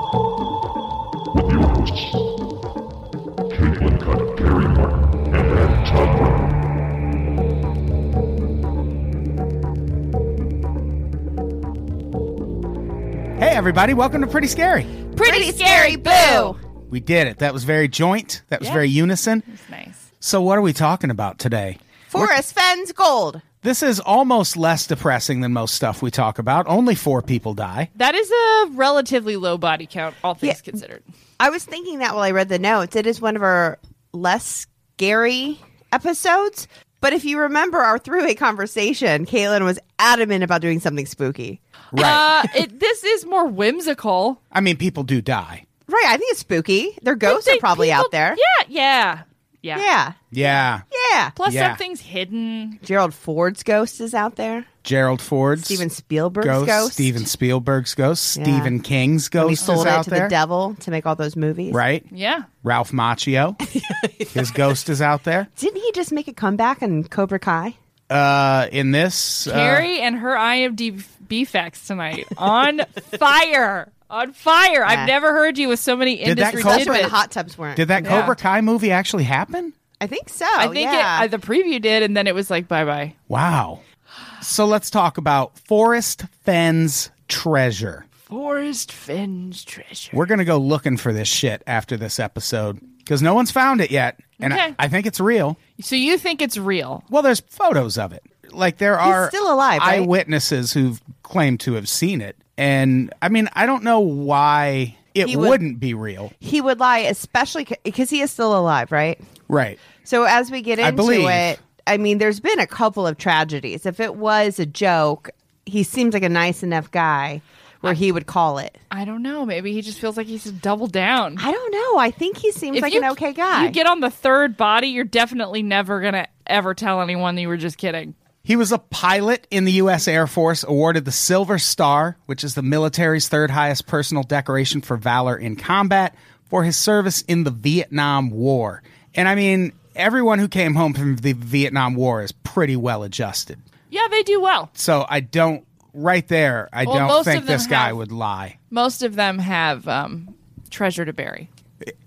Sky. With your hosts, Caitlin Cutt, Gary Martin, and Ed Todd Brown. Hey, everybody, welcome to Pretty Scary. Pretty, scary, boo. We did it. That was very joint, that was very unison. Nice. So, what are we talking about today? Forest Fenn's Gold. This is almost less depressing than most stuff we talk about. Only four people die. That is a relatively low body count, all things Yeah. considered. I was thinking that while I read the notes. It is one of our less scary episodes. But if you remember our three-way conversation, Caitlin was adamant about doing something spooky. Right. Uh, it, this is more whimsical. I mean, people do die. Right, I think it's spooky. Their ghosts are I think probably out people- there. Yeah, yeah, yeah. Yeah. Yeah. Yeah. Plus, Yeah. something's hidden. Gerald Ford's ghost is out there. Gerald Ford's Steven Spielberg's ghost, ghost. Steven Spielberg's ghost, Yeah. Stephen King's When he ghost sold is it out to there. the devil to make all those movies. right? Yeah. Ralph Macchio, his ghost is out there. Didn't he just make a comeback in Cobra Kai? Uh, in this, uh, Carrie and her IMDb facts tonight on fire. On fire. Yeah. I've never heard you with so many that industry cover- That's where the tidbits. hot tubs weren't. did that Yeah. Cobra Kai movie actually happen? I think so. I think oh, yeah. it, uh, the preview did, and then it was like, bye bye. Wow. So let's talk about Forest Fenn's treasure. Forest Finn's treasure. We're going to go looking for this shit after this episode because no one's found it yet. And Okay. I, I think it's real. So you think it's real? Well, there's photos of it. Like there are still alive, right? eyewitnesses who've claimed to have seen it. And I mean, I don't know why it He would- wouldn't be real. he would lie, especially because he is still alive, right? Right. So as we get I into believe. it, I mean, there's been a couple of tragedies. If it was a joke, he seems like a nice enough guy where he would call it. I don't know. Maybe he just feels like he's doubled down. I don't know. I think he seems like an okay guy. You get on the third body, you're definitely never gonna ever tell anyone that you were just kidding. He was a pilot in the U.S. Air Force, awarded the Silver Star, which is the military's third highest personal decoration for valor in combat, for his service in the Vietnam War. And I mean, everyone who came home from the Vietnam War is pretty well adjusted. Yeah, they do well. So I don't, right there, I Well, don't most think of them this guy have- would lie. Most of them have um, treasure to bury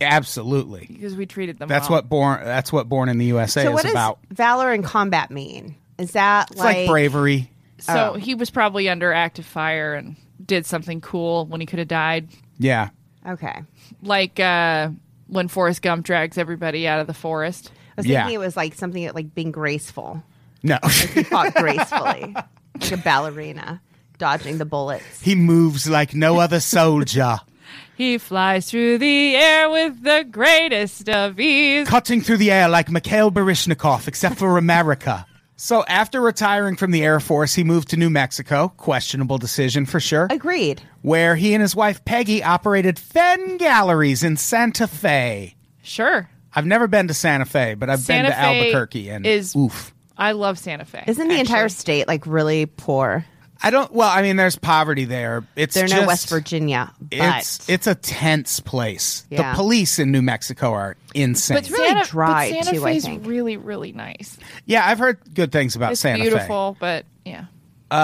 Absolutely. because we treated them. That's well. what born. That's what born in the USA so is what does about. valor and combat mean? Is that It's like bravery. oh. So he was probably under active fire and did something cool when he could have died, Yeah. Okay. like uh, when Forrest Gump drags everybody out of the forest. I was Yeah. thinking it was like something like being graceful. No. He fought gracefully, like a ballerina, dodging the bullets. he moves like no other soldier. He flies through the air with the greatest of ease. cutting through the air like Mikhail Baryshnikov, except for America. So after retiring from the Air Force, he moved to New Mexico, questionable decision for sure, Agreed. where he and his wife Peggy operated Fen Galleries in Santa Fe. Sure, I've never been to Santa Fe, but I've Santa been to Fe Albuquerque and is- oof. I love Santa Fe. Isn't the entire actually. state like really poor? I don't well, I mean there's poverty there. It's They're just, no West Virginia, but It's it's a tense place. Yeah. The police in New Mexico are insane. But really Santa, dry, but Santa too, I Fe's think. really, really nice. yeah, I've heard good things about It's Santa Fe. beautiful, but yeah.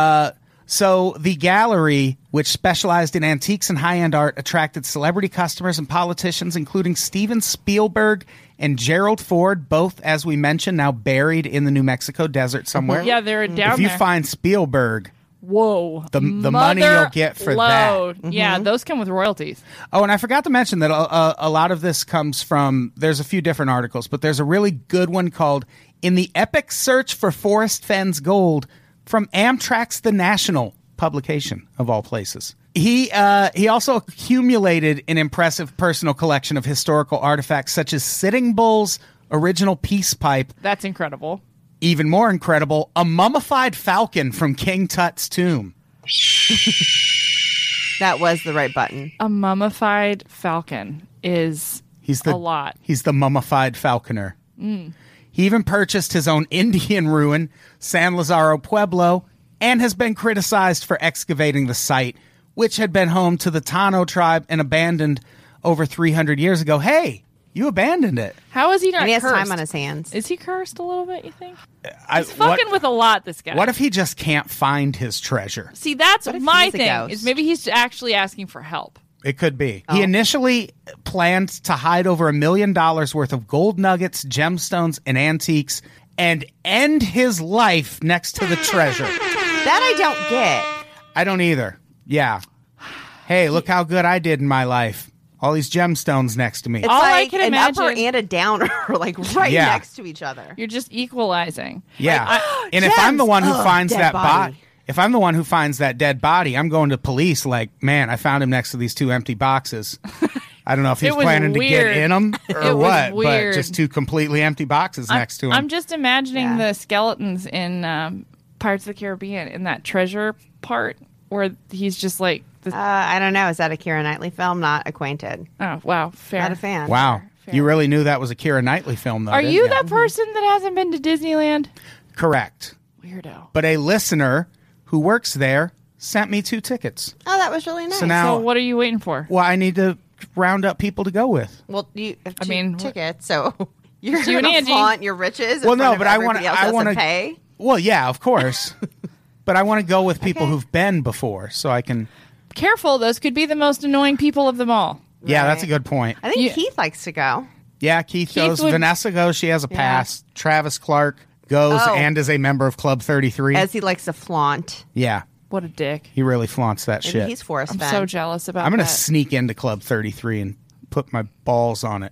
So the gallery, which specialized in antiques and high-end art, attracted celebrity customers and politicians, including Steven Spielberg and Gerald Ford, both, as we mentioned, now buried in the New Mexico desert somewhere. Yeah, they're down If you there. find Spielberg, Whoa. the money you'll get for that. that. Yeah, those come with royalties. oh, and I forgot to mention that a, a, a lot of this comes from. There's a few different articles, but there's a really good one called "In the Epic Search for Forest Fenn's Gold" from Amtrak's The National publication of all places. He uh, he also accumulated an impressive personal collection of historical artifacts such as Sitting Bull's original peace pipe. That's incredible. Even more incredible, a mummified falcon from King Tut's tomb. that was the right button. A mummified falcon is He's the a lot. Mm. He's the mummified falconer. He even purchased his own Indian ruin, San Lazaro Pueblo, and has been criticized for excavating the site, which had been home to the Tano tribe and abandoned over 300 years ago. Hey, You abandoned it. How is he not And he has cursed? time on his hands. Is he cursed a little bit? You think? I, He's fucking Uh, what, with a lot. This guy. what if he just can't find his treasure? See, that's What if my he's a thing. ghost? Is maybe he's actually asking for help. It could be. Oh. He initially planned to hide over a million dollars worth of gold nuggets, gemstones, and antiques and end his life next to the treasure. That I don't get. I don't either. Yeah. Hey, look how good I did in my life. All these gemstones next to me. It's All I like can an upper imagine- and a downer, like right Yeah. next to each other. You're just equalizing. Yeah. and if I'm the gems! one who Ugh, finds dead that body, body. if I'm the one who finds that dead body, I'm going to police like, man, I found him next to these two empty boxes. I don't know if It he's was planning to weird. get in them or It was what, weird. but just two completely empty boxes I'm- next to him. I'm just imagining Yeah. the skeletons in um, Pirates of the Caribbean in that treasure part where he's just like, the, Uh, I don't know. Is that a Kira Knightley film? Not acquainted. oh wow, fair. Not a fan. wow. fair. You really knew that was a Kira Knightley film, though. Are didn't you that person that hasn't been to Disneyland? Correct. Weirdo. But a listener who works there sent me two tickets. Oh, that was really nice. So now, So what are you waiting for? well, I need to round up people to go with. well, you have two I mean, wh- tickets, so you're you and gonna Angie. flaunt your riches. in Well, no, front of but I want everybody to. else I has want to pay. Well, yeah, of course. but I want to go with people Okay. who've been before, so I can. Careful, those could be the most annoying people of them all. Yeah, that's a Right. good point. I think You- Keith likes to go. Yeah, Keith, goes. would- Vanessa goes. She has a pass. Travis Clark goes Oh. and is a member of Club Thirty Three. as he likes to flaunt. yeah, What a dick. he really flaunts that Maybe shit. he's Forrest I'm Fenn. so jealous about I'm gonna that. sneak into Club 33 and put my balls on it.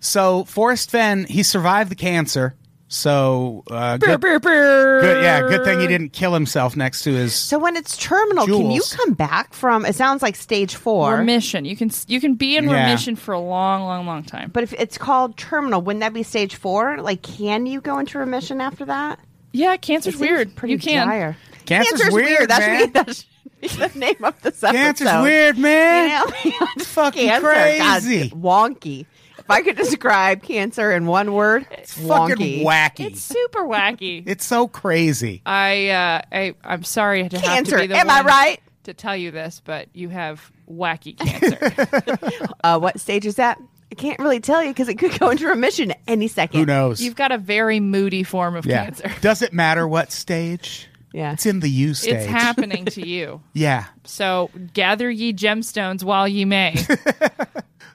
so Forrest Fenn, he survived the cancer. So uh, Brr, good, brr, brr. good- yeah, good thing he didn't kill himself next to his. So when it's terminal, can you Jules. come back from? It sounds like stage four, remission. You can s- you can be in Yeah. remission for a long, long, long time. but if it's called terminal, wouldn't that be stage four? Like, can you go into remission after that? yeah, cancer's Seems weird. Pretty you can. dire. Cancer's weird, That's, man. what- that's the name of this episode. Cancer's weird, man. You know? It's fucking cancer, God, crazy. wonky. If I could describe cancer in one word, it's wonky. Fucking wacky. It's It's, super wacky. so crazy. I, uh, I, I'm sorry to have to Cancer. be the Am I one right? to tell you this, but you have wacky cancer. Uh, what stage is that? I can't really tell you because it could go into remission any second. Who knows? You've got a very moody form of yeah. cancer. Does it matter what stage? Yeah. It's in the U stage. It's happening to you. yeah. So gather ye gemstones while ye may.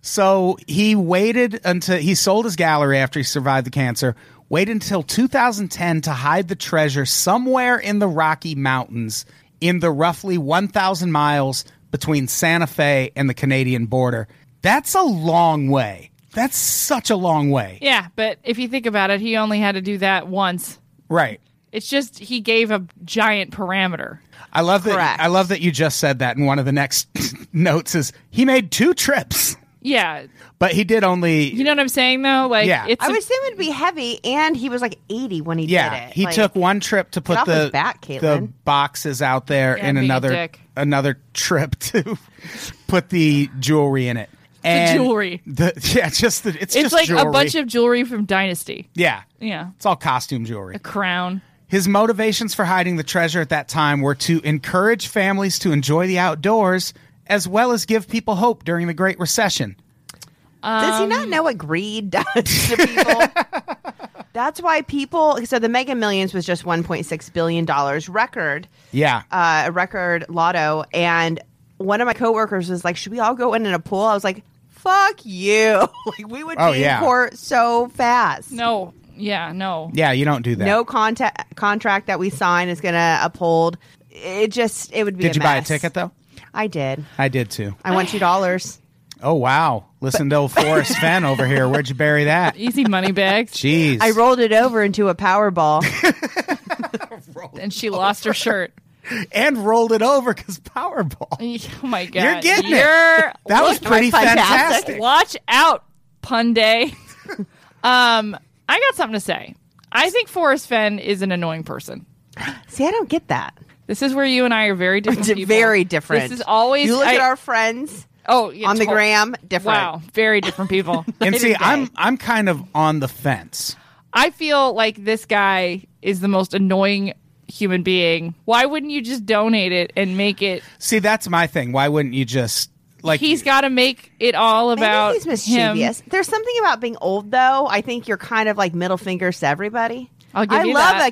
So he waited until he sold his gallery after he survived the cancer. Waited until 2010 to hide the treasure somewhere in the Rocky Mountains, in the roughly 1,000 miles between Santa Fe and the Canadian border. That's a long way. That's such a long way. yeah, but if you think about it, he only had to do that once. Right. It's just he gave a giant parameter. I love that. Correct. I love that you just said that. And one of the next notes is he made two trips, Yeah. but he did only. You know what I'm saying though? Like Yeah. it's I a- would say it would be heavy, and he was like 80 when he yeah, did it. he Like, took one trip to put off his the back, the Caitlin. boxes out there, Yeah, and being a another dick. another trip to put the jewelry in it. And jewelry. the- yeah, just the, it's, it's just like jewelry. a bunch of jewelry from Dynasty. yeah, Yeah. it's all costume jewelry. A crown. His motivations for hiding the treasure at that time were to encourage families to enjoy the outdoors, as well as give people hope during the Great Recession. Does he Um, Um, not know what greed does to people? That's why people. So the Mega Millions was just 1.6 billion dollars record, Yeah, uh, a record lotto, and one of my coworkers was like, "Should we all go in in a pool?" I was like, "Fuck you! like we would Oh, be yeah. in court so fast." No. Yeah, no. yeah, you don't do that. No contact, contract that we sign is going to uphold. It just it would be. Did you buy a mess. ticket though? I did. I did too. I won two dollars. Oh wow! Listen to old Forrest Fenn over here. Where'd you bury that? Easy money bags. Jeez. I rolled it over into a Powerball. and Oh, she lost her shirt. and rolled it over because Powerball. Oh my god. You're getting it. You're- That was Look, pretty am I fantastic. fantastic? Watch out, pun day. um, I got something to say. I think Forrest Fenn is an annoying person. See, I don't get that. This is where you and I are very different. D- people. Very different. This is always. you look I- at our friends oh yeah, on the tot- gram. Different. Wow, very different people. And see, Later I'm day. I'm kind of on the fence. I feel like this guy is the most annoying human being. Why wouldn't you just donate it and make it? See, that's my thing. Why wouldn't you just like he's got to make it all Maybe about he's him. mischievous. There's something about being old, though. I think you're kind of like middle fingers to everybody. I'll give I you love that. a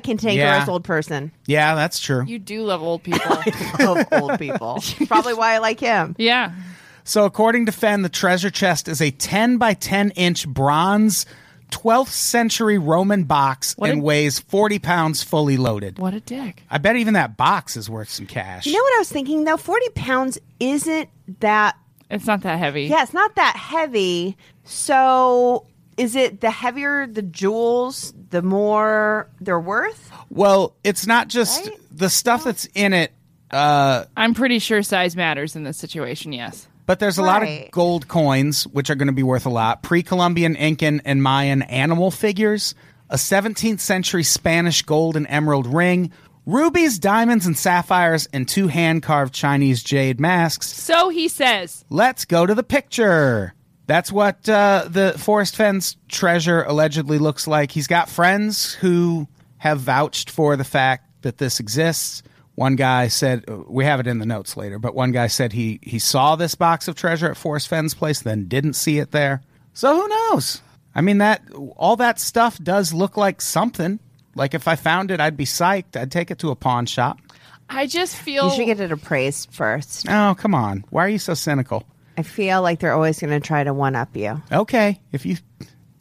Yeah. cantankerous old person. yeah, that's true. You do love old people. Love old people. Probably why I like him. yeah. So, according to Fenn, the treasure chest is a 10 by 10 inch bronze 12th century Roman box What and a- weighs 40 pounds fully loaded. What a dick. I bet even that box is worth some cash. You know what I was thinking though? Forty pounds isn't that. It's not that heavy. Yeah, it's not that heavy. So, is it the heavier the jewels, the more they're worth? well, it's not just Right? the stuff that's in it, I'm pretty sure size matters in this situation. Yes. but there's a lot of Right. gold coins, which are going to be worth a lot, pre Columbian Incan and Mayan animal figures, a 17th century Spanish gold and emerald ring. Rubies, diamonds, and sapphires, and two hand carved Chinese jade masks. So he says. Let's go to the picture. That's what uh, the Forest Fenn's treasure allegedly looks like. He's got friends who have vouched for the fact that this exists. One guy said, we have it in the notes later, but one guy said he, he saw this box of treasure at Forest Fenn's place, then didn't see it there. So who knows? I mean, that all that stuff does look like something. Like if I found it, I'd be psyched. I'd take it to a pawn shop. I just feel You should get it appraised first. Oh, come on. Why are you so cynical? I feel like they're always going to try to one up you. okay if you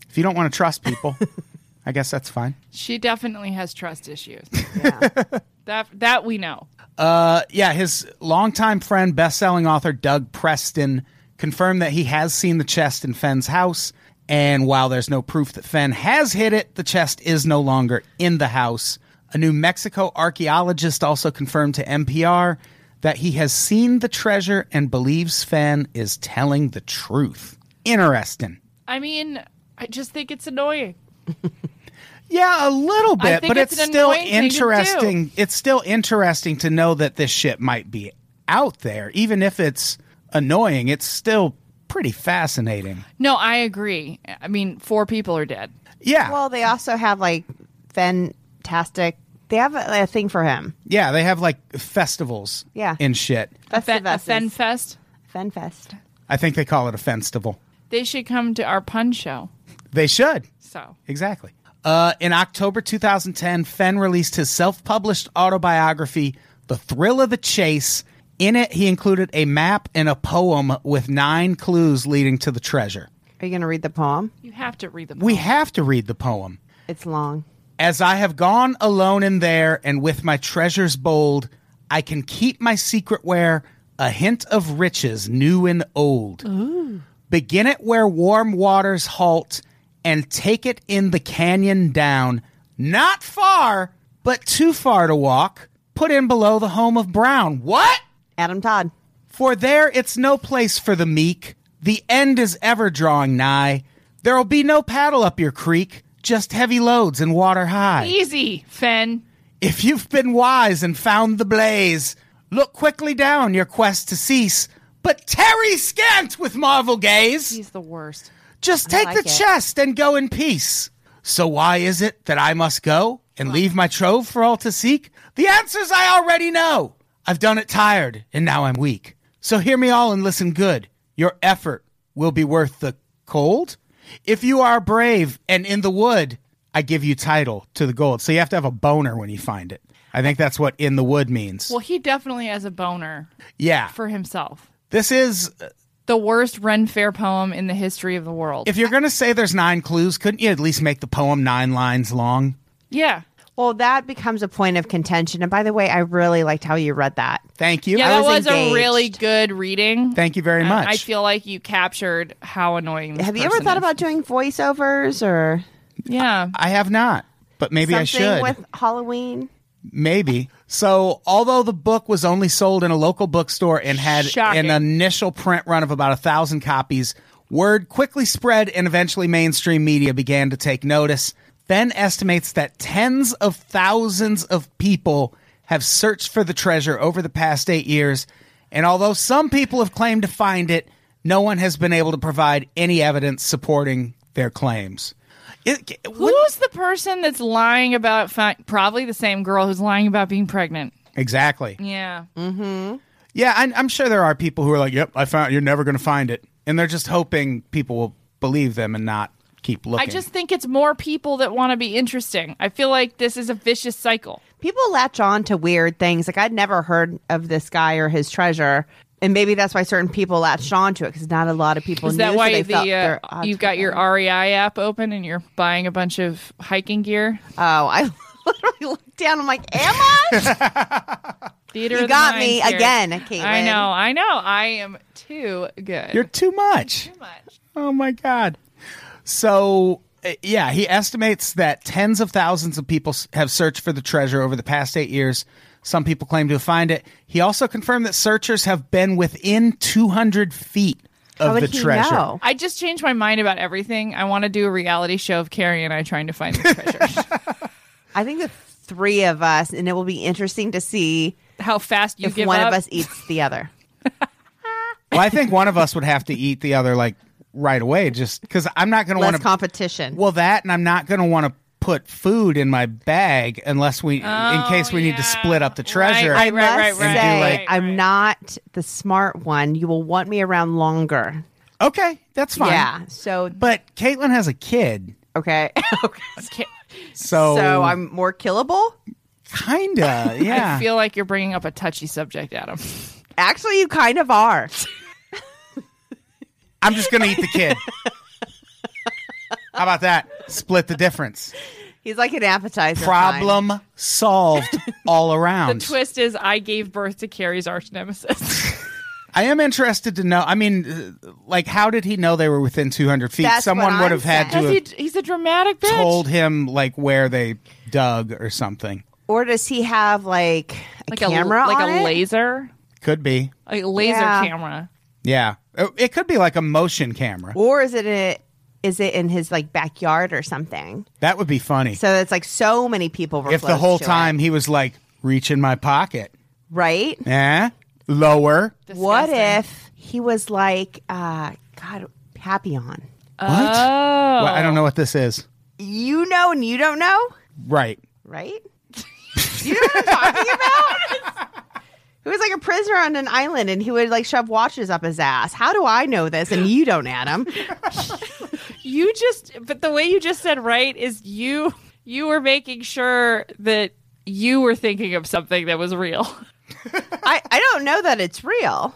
if you don't want to trust people i guess that's fine she definitely has trust issues. Yeah. That that we know. uh, yeah his longtime friend best-selling author doug preston confirmed that he has seen the chest in fenn's house and while there's no proof that fenn has hid it the chest is no longer in the house a new mexico archaeologist also confirmed to npr that he has seen the treasure and believes fenn is telling the truth interesting I mean, I just think it's annoying. Yeah, a little I bit, think but it's it's, an still annoying thing to do. interesting. It's still interesting to know that this shit might be out there, even if it's annoying. It's still pretty fascinating. No, I agree. I mean, four people are dead. Yeah, Well, they also have like fantastic. They have a, a thing for him. yeah, they have like festivals. Yeah. and shit. That's Fe- the a best. fen fest. Fenfest. I think they call it a festival. They should come to our pun show. They should. So Exactly. Uh, in October 2010, Fenn released his self published autobiography, The Thrill of the Chase. In it, he included a map and a poem with nine clues leading to the treasure. Are you going to read the poem? you have to read the. We poem. have to read the poem. It's long. As I have gone alone in there and with my treasures bold, I can keep my secret where a hint of riches new and old. Begin it where warm waters halt and take it in the canyon down. Not far, but too far to walk. Put in below the home of Brown. What? Adam Todd. For there it's no place for the meek. The end is ever drawing nigh. There'll be no paddle up your creek, just heavy loads and water high. easy, Fen. If you've been wise and found the blaze, look quickly down your quest to cease, but tarry scant with marvel gaze. He's the worst. Just take like the it. chest and go in peace. So why is it that I must go and leave my trove for all to seek? The answers I already know. I've done it tired, and now I'm weak. So hear me all and listen good. Your effort will be worth the cold. If you are brave and in the wood, I give you title to the gold. So you have to have a boner when you find it. I think that's what in the wood means. Well, he definitely has a boner yeah. for himself. this is The worst Ren Fair poem in the history of the world. if you're going to say there's nine clues, couldn't you at least make the poem 9 lines long? yeah, Well, that becomes a point of contention. And by the way, I really liked how you read that. Thank you. yeah, I that was, was a really engaged. good reading. Thank you very And much. I feel like you captured how annoying. This Have you ever person thought is. about doing voiceovers or Yeah, I have not, but maybe I something should. with Halloween? maybe. So, although the book was only sold in a local bookstore and had Shocking. an initial print run of about a thousand copies, word quickly spread and eventually mainstream media began to take notice. Fenn estimates that tens of thousands of people have searched for the treasure over the past eight years. And although some people have claimed to find it, no one has been able to provide any evidence supporting their claims. It, who's the person that's lying about? Fi- probably the same girl who's lying about being pregnant. Exactly. Yeah, Yeah, I, I'm sure there are people who are like, "Yep, I found. You're never going to find it," and they're just hoping people will believe them and not keep looking. I just think it's more people that want to be interesting. I feel like this is a vicious cycle. People latch on to weird things. Like I'd never heard of this guy or his treasure, and maybe that's why certain people latched on to it because not a lot of people. Is knew, that so why they felt the their uh, odds you've were got your better. REI app open and you're buying a bunch of hiking gear? Oh, I literally looked down. I'm like, am I? Theater, You of the got mind me here. again, I Caitlin. know, I know. I am too good. you're too much. too much. Oh my god. So uh, yeah, he estimates that tens of thousands of people s- have searched for the treasure over the past 8 years. Some people claim to have found it. He also confirmed that searchers have been within 200 feet of How would the he treasure. know? I just changed my mind about everything. I want to do a reality show of Carrie and I trying to find the treasure. I think the three of us, and it will be interesting to see How fast you if give one up. of us eats the other. Well, I think one of us would have to eat the other like right away just cuz I'm not going to Less want to competition. Well, that and I'm not going to want to put food in my bag unless we in Oh, case we need to yeah. split up the Right, treasure. right, I must right, say, right, right. I'm not the smart one. You will want me around longer. Okay, that's fine. Yeah. So But Caitlin has a kid. okay. Okay. Okay. So, so I'm more killable. kinda, yeah. I feel like you're bringing up a touchy subject, Adam. Actually, you kind of are. I'm just gonna eat the kid. How about that? Split the difference. He's like an appetizer. of mine. Problem solved all around. Twist is I gave birth to Carrie's arch nemesis. I am interested to know. I mean, uh, like, how did he know they were within 200 feet? That's Someone what would I'm have had saying. to Does have he, he's a dramatic bitch. told him like where they dug or something. Or does he have like a like camera? a, like on a it? laser, Could be. like a laser Yeah. camera. Yeah, Uh, it could be like a motion camera. Or is it a, is it in his like backyard or something? That would be funny. So it's like so many people were if the close whole to it, time he was like, reach in my pocket, right? eh? Lower. What Disgusting. if he was like, uh, God, Papillon? What? Oh, Well, I don't know what this is. You know, and you don't know, Right. right? you know what I'm talking about? He was like a prisoner on an island, and he would like shove watches up his ass. How do I know this? And you don't, Adam. You just, but the way you just said right is you you were making sure that you were thinking of something that was real. I, I don't know that it's real.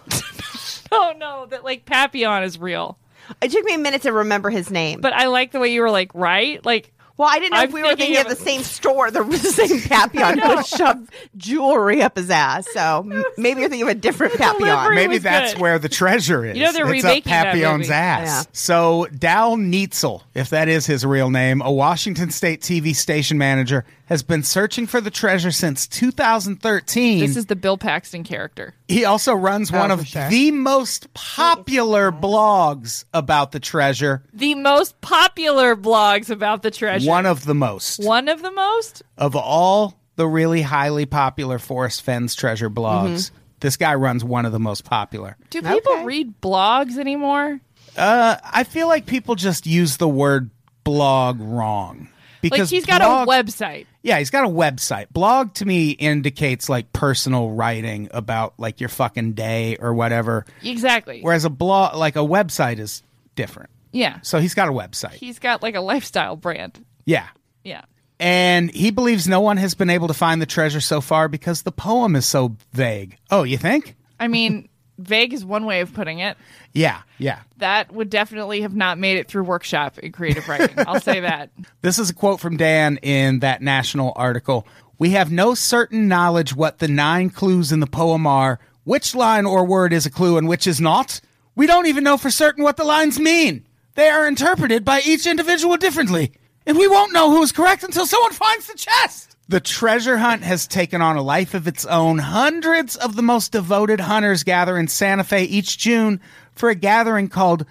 oh no, that like Papillon is real. It took me a minute to remember his name. But I like the way you were like right, like Well, I didn't know if I'm we were thinking thinking of of the a- same store, the same Papillon who shoved jewelry up his ass. So m- maybe you're thinking of a different delivery- Papillon. Maybe was that's good. where the treasure is. You know, they're it's up remaking that Papillon's movie. ass. Yeah. So Dal Neitzel, if that is his real name, a Washington State TV station manager, has been searching for the treasure since 2013. this is the Bill Paxton character. he also runs one Oh, for of sure. the most popular blogs about the treasure. The most popular blogs about the treasure. One of the most. One of the most. of all the really highly popular Forest Fenn's treasure Mm-hmm. blogs, this guy runs one of the most popular. Do people Okay. read blogs anymore? I feel like people just use the word blog wrong. Like Because he's got blog- a website. Yeah, he's got a website. Blog to me indicates like personal writing about like your fucking day or whatever. Exactly. Whereas a blog like a website is different. yeah. So he's got a website. He's got like a lifestyle brand. yeah. Yeah. And he believes no one has been able to find the treasure so far because the poem is so vague. Oh, you think? I mean, vague is one way of putting it. Yeah, yeah. That would definitely have not made it through workshop in creative writing. I'll say that. This is a quote from Dan in that national article. We have no certain knowledge what the nine clues in the poem are, which line or word is a clue and which is not. We don't even know for certain what the lines mean. They are interpreted by each individual differently, and we won't know who is correct until someone finds the chest. The treasure hunt has taken on a life of its own. Hundreds of the most devoted hunters gather in Santa Fe each June for a gathering called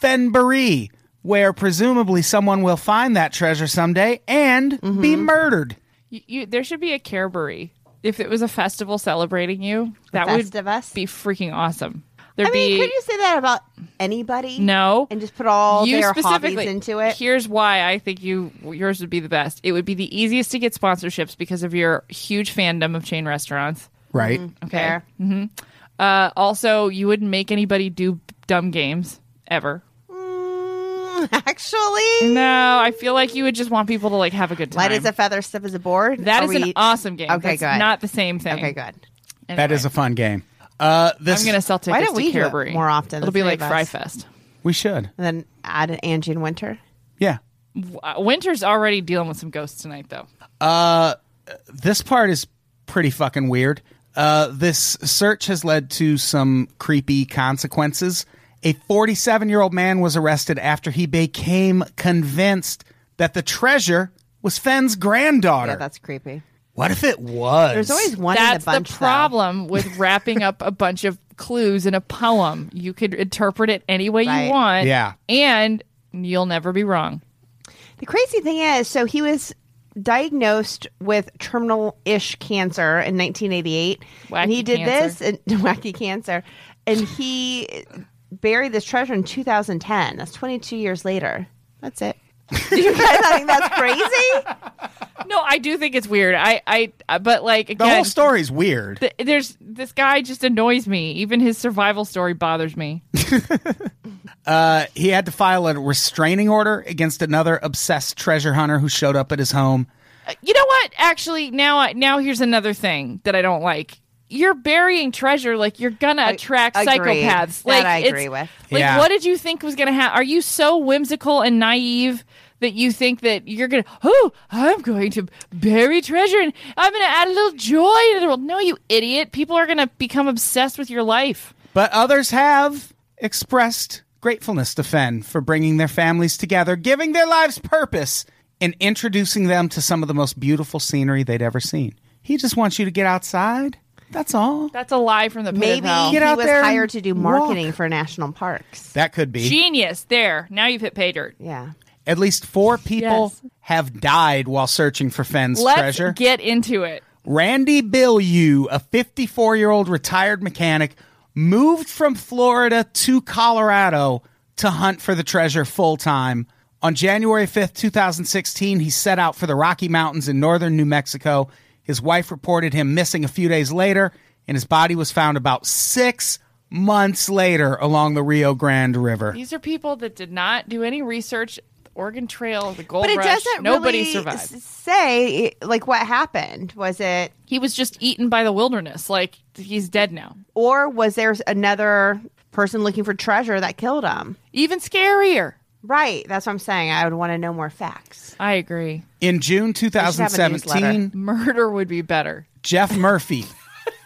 Fenbury, where presumably someone will find that treasure someday and be Mm-hmm. murdered. You, you, there should be a Carebury. If it was a festival celebrating you, that would Festivus? be freaking awesome. There'd I mean, be could you say that about anybody? no. And just put all you their hobbies specifically. into it? Here's why I think you yours would be the best. It would be the easiest to get Mm-hmm. sponsorships because of your huge fandom of chain restaurants. Right. Okay. Fair. Uh, also, you wouldn't make anybody do dumb games ever. Mm, actually, No, I feel like you would just want people to like have a good time. light as a feather, stiff as a board. That Are is an we- awesome game. Okay, That's good. Not the same thing. Okay, good. Anyway, That is a fun game. Uh, this I'm gonna sell Why tickets don't to we do it Carberry more often, the It'll be three like of us? Fry Fest. we should. And then add Angie and Winter. Yeah. Uh, Winter's already dealing with some ghosts tonight, though. this part is pretty fucking weird. Uh, this search has led to some creepy consequences. A 47 year old man was arrested after he became convinced that the treasure was Fenn's granddaughter. Yeah, that's creepy. what if it was? There's always one in That's the bunch. though. problem with wrapping up a bunch of clues in a poem. You could interpret it any way Right. you want. Yeah. And you'll never be wrong. The crazy thing is, so he was diagnosed with terminal-ish cancer in 1988, and Wacky he did this cancer. and wacky cancer, and he buried this treasure in 2010. That's 22 years later. That's it. Do you guys not think that's crazy? No, I do think it's weird. I, I, I- but like the again, whole story's weird. th- there's this guy just annoys me. Even his survival story bothers me. Uh, he had to file a restraining order against another obsessed treasure hunter who showed up at his home. you know what? Actually, now, I, now here's another thing that I don't like. You're burying treasure, like you're gonna attract Agreed. psychopaths. That Like I it's- agree with. Like, Yeah. what did you think was gonna happen? Are you so whimsical and naive that you think that you're gonna? Oh, I'm going to bury treasure and I'm gonna add a little joy to the world. No, you idiot! People are gonna become obsessed with your life. But others have expressed gratefulness to Fenn for bringing their families together, giving their lives purpose, and introducing them to some of the most beautiful scenery they'd ever seen. He just wants you to get outside. That's all. That's a lie from the pit Maybe of hell. he Get out was there and hired to do marketing walk. for national parks. That could be. Genius. There. Now you've hit pay dirt. Yeah. At least four people Yes. have died while searching for Fenn's Let's treasure. get into it. Randy Bilyeu, a 54 year old retired mechanic, moved from Florida to Colorado to hunt for the treasure full time. On January 5th, 2016, he set out for the Rocky Mountains in northern New Mexico. His wife reported him missing a few days later, and his body was found about six months later along the Rio Grande River. These are people that did not do any research. The Oregon Trail, the Gold But it Rush. doesn't nobody really survived. s- say like what happened. Was it he was just eaten by the wilderness. Like he's dead now. or was there another person looking for treasure that killed him? Even scarier. Right. That's what I'm saying. I would want to know more facts. I agree. In June have a newsletter. 2017, Murder would be better. Jeff Murphy,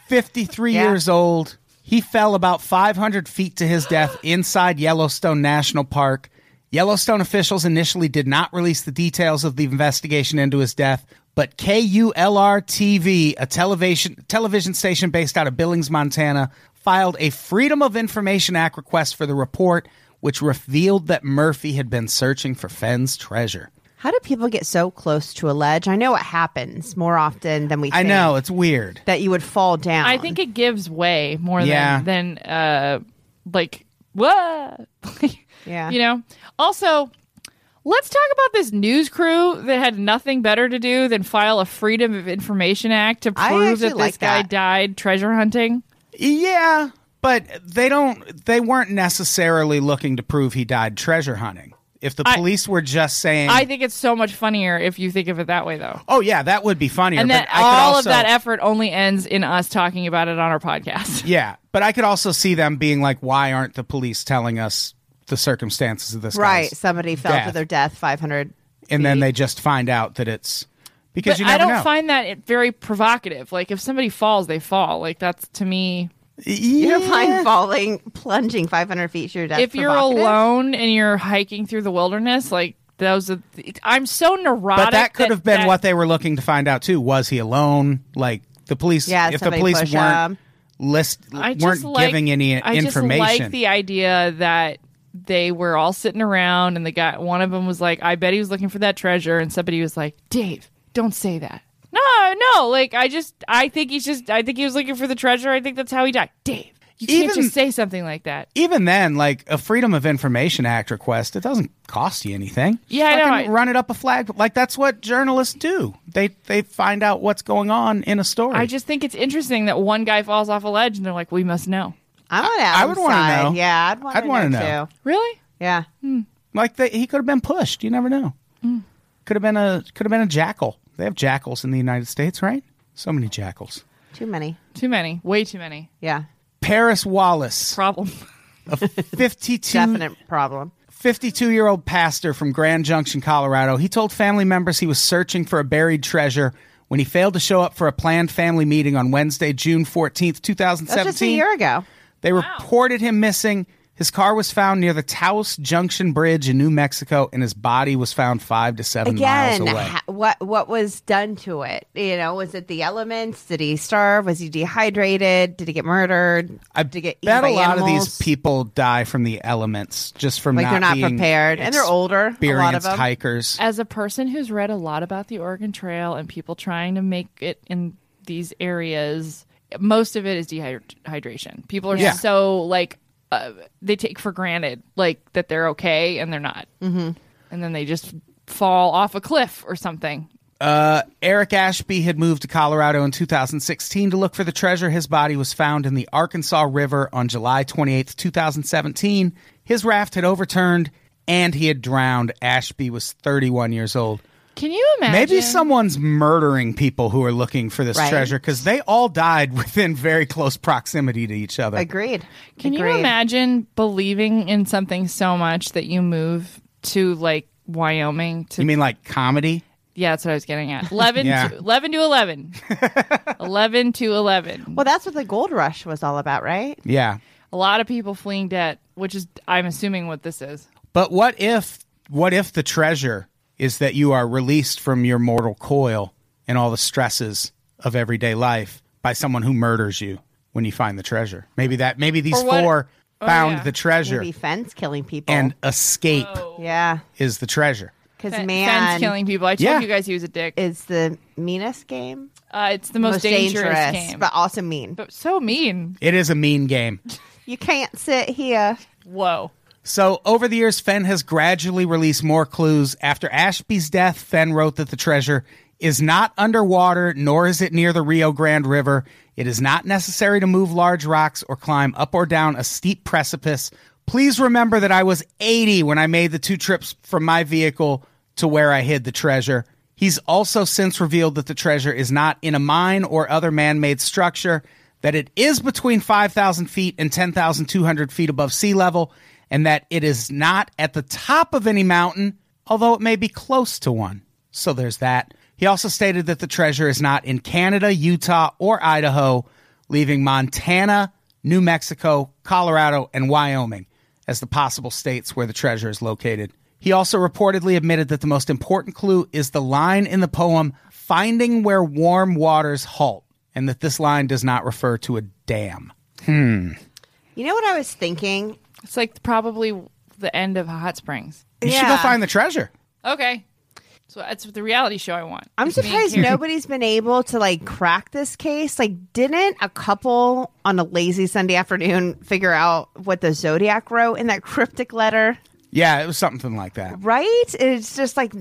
53 Yeah. years old. He fell about 500 feet to his death inside Yellowstone National Park. Yellowstone officials initially did not release the details of the investigation into his death, but KULR TV, a television television station based out of Billings, Montana, filed a Freedom of Information Act request for the report, which revealed that Murphy had been searching for Fenn's treasure. How do people get so close to a ledge? I know it happens more often than we I think know, it's weird. that you would fall down. I think it gives way more Yeah. than than uh like what Yeah. You know? Also, let's talk about this news crew that had nothing better to do than file a Freedom of Information Act to I prove actually that this like guy that. died treasure hunting. Yeah, but they don't they weren't necessarily looking to prove he died treasure hunting. If the I- police were just saying I think it's so much funnier if you think of it that way though. Oh yeah, that would be funnier. And that but I could all also, of that effort only ends in us talking about it on our podcast. Yeah. But I could also see them being like, Why aren't the police telling us the circumstances of this right. guy's Somebody fell to death? their death 500. And then they just find out that it's because But you never I don't know. find that it very provocative. Like if somebody falls, they fall. Like that's to me You yeah. don't find falling, plunging 500 feet to your death. if you're provocative? alone and you're hiking through the wilderness, like those are th- I'm so neurotic. But that could have been that- what they were looking to find out too. Was he alone? Like the police Yeah, if the somebody police push weren't him. list I just weren't like- giving any I just information. like the idea that they were all sitting around and the guy one of them was like, I bet he was looking for that treasure and somebody was like, Dave, don't say that. No, no, like I just I think he's just I think he was looking for the treasure. I think that's how he died. Dave. You can't Even- just say something like that. Even then, like a Freedom of Information Act request, it doesn't cost you anything. Yeah, I know, Fucking I- run it up a flag. Like that's what journalists do. They they find out what's going on in a story. I just think it's interesting that one guy falls off a ledge and they're like, "We must know." I'm on Adam's I would wanna side. know. Yeah, I'd want. I'd wanna know. too. Really? Yeah. like they, he could have been pushed. You never know. Mm. Could have been a could have been a jackal. They have jackals in the United States, right? So many jackals. Too many. Too many. Way too many. Yeah. Paris Wallace, Problem. a 52, Definite problem. 52 year old pastor from Grand Junction, Colorado. He told family members he was searching for a buried treasure when he failed to show up for a planned family meeting on Wednesday, June 14th, That's 2017. just a year ago. They reported him missing. His car was found near the Taos Junction Bridge in New Mexico, and his body was found five to seven Again, miles away. ha- what what was done to it? You know, was it the elements? Did he starve? Was he dehydrated? Did he get murdered? I Did he get eaten bet by a lot of these animals? people die from the elements, just from like they're not being prepared and they're older. A lot of Experienced them. hikers. As a person who's read a lot about the Oregon Trail and people trying to make it in these areas, most of it is dehydration. People are Yeah. so like uh, they take for granted like that they're okay and they're not, mm-hmm. and then they just fall off a cliff or something. Uh, Eric Ashby had moved to Colorado in 2016 to look for the treasure. His body was found in the Arkansas River on July 28, 2017. His raft had overturned and he had drowned. Ashby was 31 years old. Can you imagine? Maybe someone's murdering people who are looking for this Right. treasure because they all died within very close proximity to each other. Agreed. Can Agreed. you imagine believing in something so much that you move to like Wyoming to You mean like comedy? Yeah, that's what I was getting at. 11 Yeah. to 11 to 11. 11 to 11. Well, that's what the gold rush was all about, right? Yeah. A lot of people fleeing debt, which is I'm assuming what this is. But what if what if the treasure is that you are released from your mortal coil and all the stresses of everyday life by someone who murders you when you find the treasure? Maybe that maybe these Or what- four Oh, found yeah. the treasure Maybe fence killing people. and escape yeah, is the treasure. because Fe- man Fence killing people. I told Yeah. you guys he was a dick. is the meanest game, Uh, it's the most, dangerous, game. but But, also mean. so mean. It is a mean game. You can't sit here. Whoa. So, over the years, Fenn has gradually released more clues. After Ashby's death, Fenn wrote that the treasure is not underwater, nor is it near the Rio Grande River. It is not necessary to move large rocks or climb up or down a steep precipice. Please remember that I was 80 when I made the two trips from my vehicle to where I hid the treasure. He's also since revealed that the treasure is not in a mine or other man made structure, that it is between 5,000 feet and 10,200 feet above sea level, and that it is not at the top of any mountain, although it may be close to one. So there's that. He also stated that the treasure is not in Canada, Utah, or Idaho, leaving Montana, New Mexico, Colorado, and Wyoming as the possible states where the treasure is located. He also reportedly admitted that the most important clue is the line in the poem, Finding Where Warm Waters Halt, and that this line does not refer to a dam. You know what I was thinking? It's like probably the end of Hot Springs. You should go Yeah. find the treasure. Okay. So that's the reality show I want. I'm It's me and surprised Carrie. nobody's been able to like crack this case. Like, didn't a couple on a lazy Sunday afternoon figure out what the Zodiac wrote in that cryptic letter? Yeah, it was something like that. Right? It's just like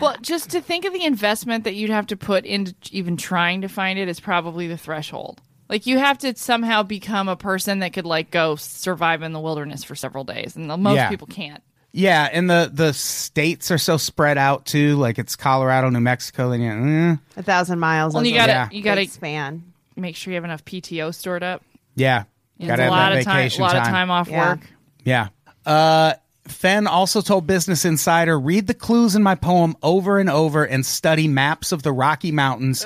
Well, just to think of the investment that you'd have to put into even trying to find it is probably the threshold. Like you have to somehow become a person that could like go survive in the wilderness for several days, and the- most Yeah. people can't. Yeah, and the, the states are so spread out too. Like it's Colorado, New Mexico, then you, mm, a thousand miles. Well, is you a gotta Yeah. you gotta big span. make sure you have enough PTO stored up. yeah. It's Gotta a have lot that of time, a vacation lot of time off Yeah. work. Yeah. Uh, Fenn also told Business Insider read the clues in my poem over and over and study maps of the Rocky Mountains.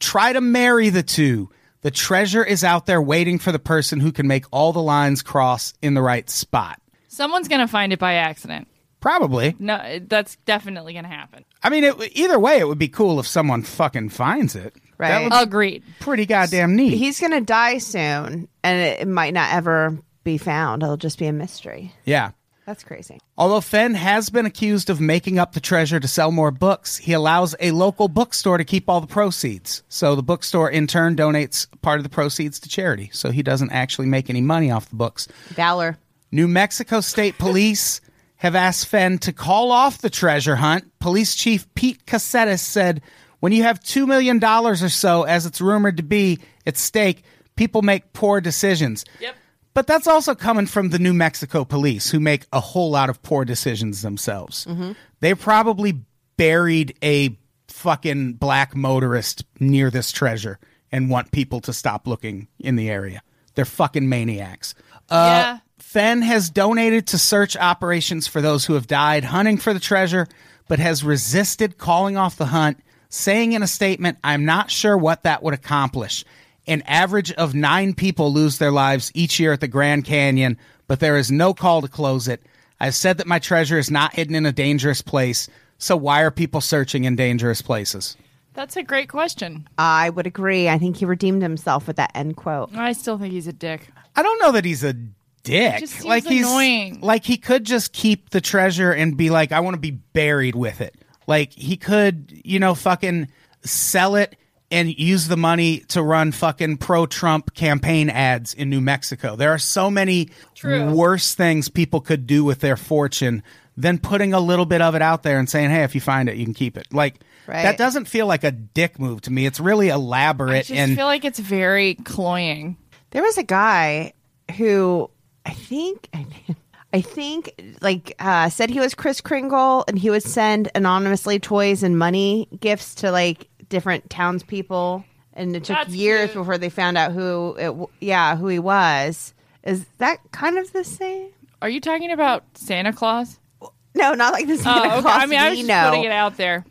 Try to marry the two. The treasure is out there waiting for the person who can make all the lines cross in the right spot. Someone's gonna find it by accident. Probably. No, that's definitely gonna happen. I mean, it, either way, it would be cool if someone fucking finds it. That Right. would be Agreed. pretty goddamn neat. He's gonna die soon, and it, it might not ever be found. It'll just be a mystery. yeah. That's crazy. Although Fenn has been accused of making up the treasure to sell more books, he allows a local bookstore to keep all the proceeds. So the bookstore in turn donates part of the proceeds to charity. So he doesn't actually make any money off the books. Valor. New Mexico State Police have asked Fenn to call off the treasure hunt. Police Chief Pete Cassettis said, When you have $2 million or so, as it's rumored to be, at stake, people make poor decisions. Yep. But that's also coming from the New Mexico police, who make a whole lot of poor decisions themselves. Mm-hmm. They probably buried a fucking black motorist near this treasure and want people to stop looking in the area. They're fucking maniacs. Uh, yeah. Fenn has donated to search operations for those who have died hunting for the treasure, but has resisted calling off the hunt, saying in a statement, I'm not sure what that would accomplish. An average of nine people lose their lives each year at the Grand Canyon, but there is no call to close it. I've said that my treasure is not hidden in a dangerous place, so why are people searching in dangerous places? That's a great question. I would agree. I think he redeemed himself with that end quote. I still think he's a dick. I don't know that he's a dick. Just seems like he's annoying. like he could just keep the treasure and be like, I want to be buried with it. Like he could, you know, fucking sell it and use the money to run fucking pro Trump campaign ads in New Mexico. There are so many True. worse things people could do with their fortune than putting a little bit of it out there and saying, "Hey, if you find it, you can keep it." Like Right. that doesn't feel like a dick move to me. It's really elaborate I just and feel like it's very cloying. There was a guy who I think I think like uh, said he was Chris Kringle and he would send anonymously toys and money gifts to like different townspeople and it took That's years cute. before they found out who it w- yeah who he was. Is that kind of the same? Are you talking about Santa Claus? No, not like the Oh, Santa okay. Claus I mean, I was we just know. putting it out there.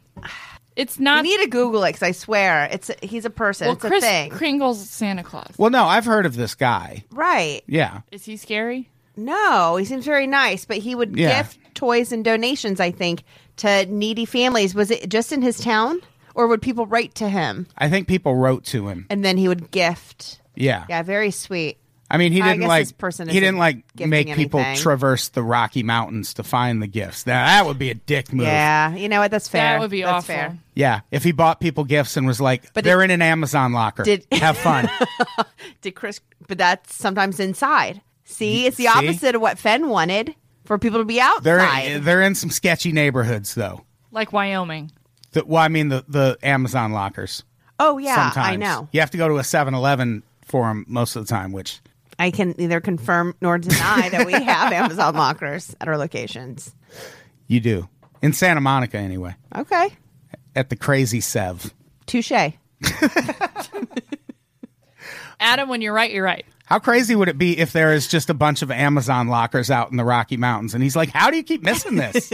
It's You not. need to Google it because I swear it's he's a person. well, it's Chris a thing, Kringle's Santa Claus. well, no, I've heard of this guy. right? Yeah. Is he scary? No, he seems very nice, but he would Yeah. gift toys and donations. I think to needy families. Was it just in his town, or would people write to him I think people wrote to him. and then he would gift? Yeah. Yeah, very sweet. I mean, he I didn't guess like this person he didn't isn't like gifting make people anything. traverse the Rocky Mountains to find the gifts. Now that would be a dick move. Yeah, you know what? That's fair. That would be That's awful. fair. Yeah. If he bought people gifts and was like, But "They're in an Amazon locker. did- Have fun." Did Chris? But that's sometimes inside. See, it's the see? opposite of what Fenn wanted for people to be they're outside. they're in some sketchy neighborhoods though. Like Wyoming. The, well, I mean the the Amazon lockers. oh yeah, sometimes I know. you have to go to a 7-Eleven for them most of the time, which I can neither confirm nor deny that we have Amazon lockers at our locations. you do in Santa Monica anyway Okay, at the Crazy Sev. touche. Adam, when you're right, you're right. How crazy would it be if there is just a bunch of Amazon lockers out in the Rocky Mountains? And he's like, How do you keep missing this?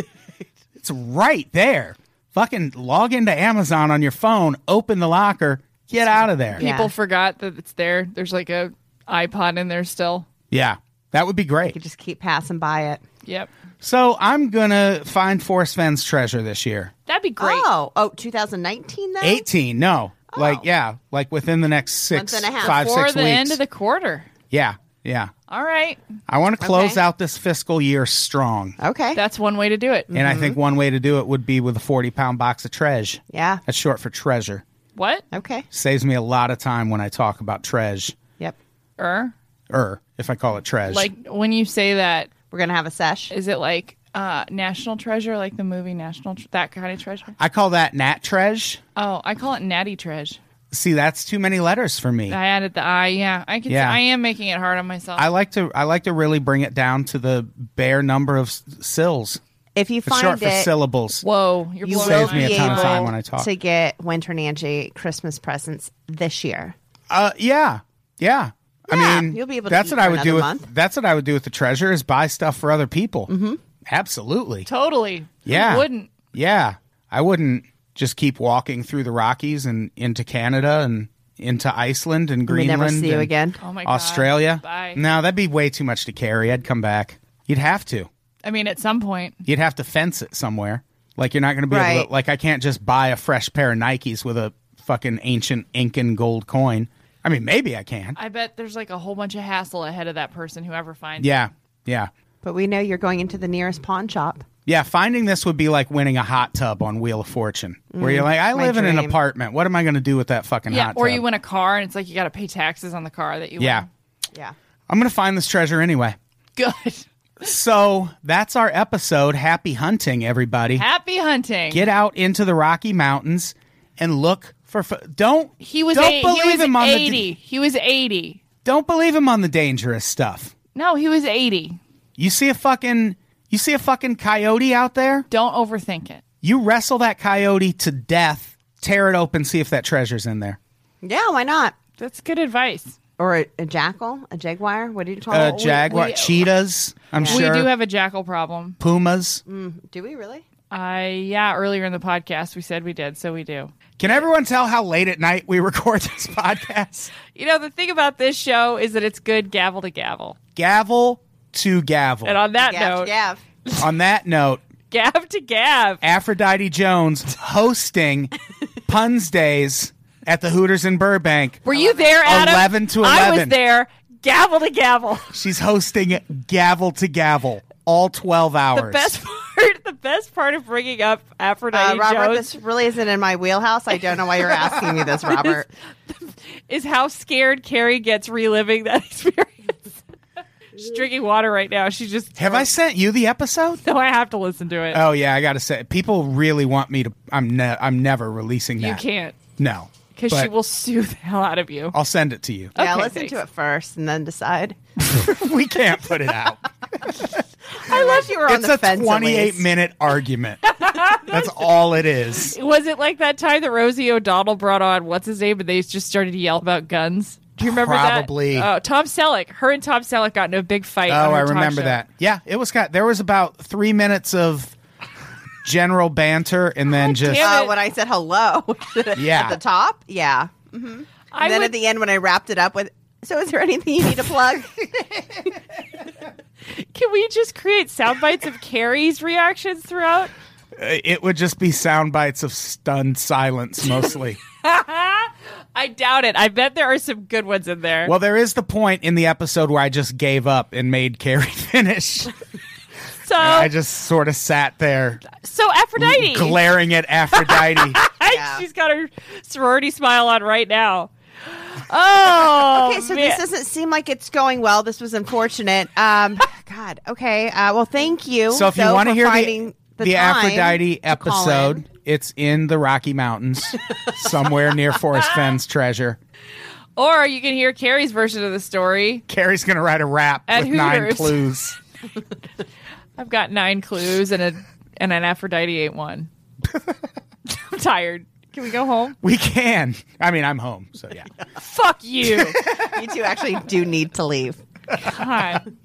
it's right there. Fucking log into Amazon on your phone, open the locker, get out of there. Yeah. People forgot that it's there. There's like a iPod in there still. Yeah, that would be You great. just keep passing by it. Yep. So I'm going to find Forrest Fenn's treasure this year. That'd be great. Oh, oh, 2019 though. 18, no. Like, yeah, like within the next six, Oh. Month and a half. five, Before six the weeks. end of the quarter. yeah, yeah. All right. I want to close Okay. out this fiscal year strong. Okay. That's one way to do it. And I think one way to do it would be with a 40 pound box of treasure. Mm-hmm. yeah. That's short for treasure. What? Okay. Saves me a lot of time when I talk about treasure, Yep. Er? or if I call it treasure. Like when you say that, We're gonna have a sesh. is it like uh, national treasure, like the movie National, Tre- that kind of treasure? I call that nat treasure. Oh, I call it natty treasure. See, that's too many letters for me. I added the I. Yeah, I can. Yeah. I am making it hard on myself. I like to I like to really bring it down to the bare number of s- sills. If you It's find short for it, syllables. Whoa, you're you blowing will Saves my me be a ton of able time when I talk. to get Winter Nancy Christmas presents this year. Uh, yeah, yeah. I Yeah, mean, you'll be able to that's eat what I for would do. With, another month. That's what I would do with the treasure is buy stuff for other people. Mm-hmm. Absolutely. Totally. Who Yeah. wouldn't. Yeah. I wouldn't just keep walking through the Rockies and into Canada and into Iceland and We Greenland. never see you and again. Oh my god. Australia. Bye. No, that'd be way too much to carry. I'd come back. You'd have to. I mean, at some point, You'd have to fence it somewhere. Like you're not going to be able Right. to, like I can't just buy a fresh pair of Nikes with a fucking ancient Incan gold coin. I mean, maybe I can. I bet there's like a whole bunch of hassle ahead of that person, whoever finds. it. Yeah. Yeah. But we know you're going into the nearest pawn shop. Yeah, finding this would be like winning a hot tub on Wheel of Fortune, where you're like, I Mm, my live in an dream. apartment. What am I going to do with that fucking Yeah, hot tub? or you win a car and it's like you got to pay taxes on the car that you Yeah. win. Yeah. I'm going to find this treasure anyway. Good. So that's our episode. Happy hunting, everybody. Happy hunting. Get out into the Rocky Mountains and look for. F- don't he was don't eight- believe he was him on 80. the da- he was 80. don't believe him on the dangerous stuff. No, he was 80. You see a fucking you see a fucking coyote out there. Don't overthink it. You wrestle that coyote to death. Tear it open. See if that treasure's in there. Yeah, why not? That's good advice. Or a, a jackal, a jaguar. What did you call Uh, it? jaguar, Oh, we- cheetahs. I'm sure. We do have Mm. a jackal problem. pumas. Do we really? I yeah, earlier in the podcast we said we did, so we do. Can everyone tell how late at night we record this podcast? You know, the thing about this show is that it's good gavel to gavel. gavel to gavel. And on that Gav, note, Gav. on that note, Gav to Gav. Aphrodite Jones hosting Puns Days at the Hooters in Burbank. Were you there, Adam? 11 to I was 11. there. Gavel to gavel. She's hosting Gavel to Gavel all 12 hours. The best part. The best part of bringing up Uh, Aphrodite Robert, Jones this really isn't in my wheelhouse. I don't know why you're asking me this, Robert. is how scared Carrie gets reliving that experience. She's drinking water right now. She just Have I sent you the episode? So I have to listen to it. Oh yeah, I gotta say, people really want me to. I'm ne- I'm never releasing you that. can't No, because But she will sue the hell out of you. I'll send it to you. yeah, Okay, listen to it thanks. first and then decide. we can't put it out. I love you were on it's the a fence. 28 Elise. minute argument. That's all it is. Was it like that time that Rosie O'Donnell brought on what's his name, and they just started to yell about guns? Do you remember Probably. that? Oh, Tom Selleck. Her and Tom Selleck got into a big fight. on Oh, her I talk remember show. that. Yeah, it was got there was about three minutes of general banter and then just damn Uh, when I said hello Yeah. at the top, yeah. I And then would- at the end, when I wrapped it up with, so is there anything you need to plug? can we just create sound bites of Carrie's reactions throughout? uh, it would just be sound bites of stunned silence mostly. I doubt it. I bet there are some good ones in there. well, there is the point in the episode where I just gave up and made Carrie finish. so, I just sort of sat there so Aphrodite. glaring at Aphrodite. Yeah. She's got her sorority smile on right now. Oh, okay, so man. this doesn't seem like it's going well. This was unfortunate. Um, God. Okay. Uh, well, thank you. So if you want to for hear the, finding the, time Aphrodite to call in. episode, it's in the Rocky Mountains, somewhere near Forest Fenn's treasure. Or you can hear Carrie's version of the story. Carrie's gonna write a rap At with nine Hooters. clues. I've got nine clues and a and an Aphrodite ain't one. I'm tired. Can we go home? We can. I mean, I'm home, so yeah. Fuck you. you two actually do need to leave. God.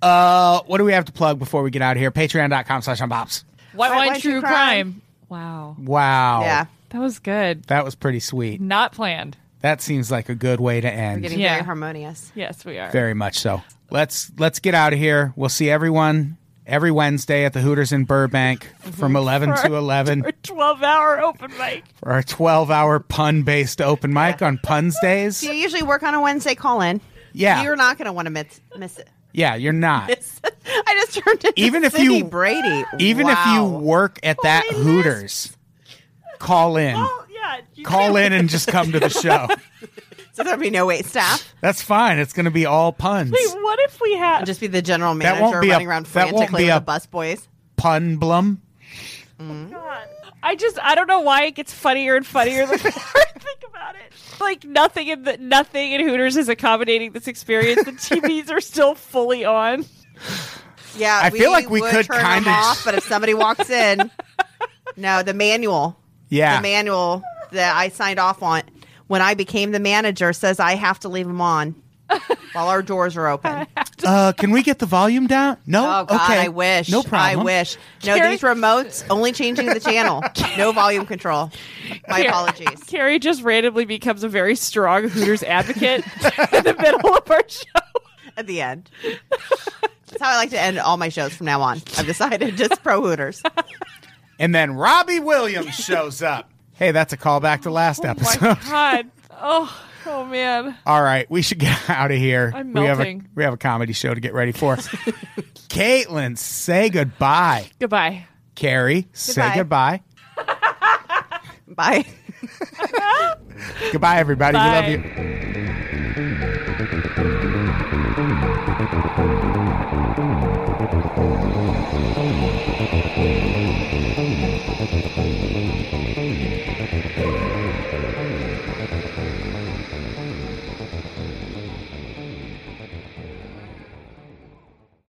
Uh, what do we have to plug before we get out of here? Patreon.com slash unbops. White Why- wine why'd you true crime. crime? Wow. Wow. Yeah. That was good. That was pretty sweet. Not planned. That seems like a good way to We're end. getting Yeah. very harmonious. Yes, we are. Very much so. Let's let's get out of here. We'll see everyone every Wednesday at the Hooters in Burbank from eleven to eleven Our 12 hour open mic. for our twelve hour pun based open mic on puns days. Do you usually work on a Wednesday call in? Yeah. You're not going to want to miss, miss it. Yeah, you're not. I just turned into Even if Cindy you- Brady. Even Wow. if you work at that Holy Hooters, call in. Oh, yeah. You Call in and just come to the show. so there'd be no wait staff. That's fine. It's going to be all puns. Wait, what if we had. I'll just be the general That manager won't be a- running around that won't be frantically with a- the bus boys. Pun blum. God. I just I don't know why it gets funnier and funnier the more I think about it. Like nothing in the nothing in Hooters is accommodating this experience. The TVs are still fully on. Yeah, I feel like we would could turn them kinda- off, but if somebody walks in, no, the manual, Yeah. the manual that I signed off on when I became the manager says I have to leave them on while our doors are open. Uh, can we get the volume down? No. Oh God, okay. I wish. No problem. I wish. No, Carrie- these remotes only changing the channel. No volume control. My Car- apologies. Carrie just randomly becomes a very strong Hooters advocate in the middle of our show. At the end. That's how I like to end all my shows from now on. I've decided just pro Hooters. And then Robbie Williams shows up. Hey, that's a callback to last Oh episode. my god. Oh Oh man. All right, we should get out of here. I'm we have a melting. we have a comedy show to get ready for. Caitlin, say goodbye. Goodbye. Carrie, say goodbye. Bye. Goodbye, everybody. We love Bye. you. Thank you.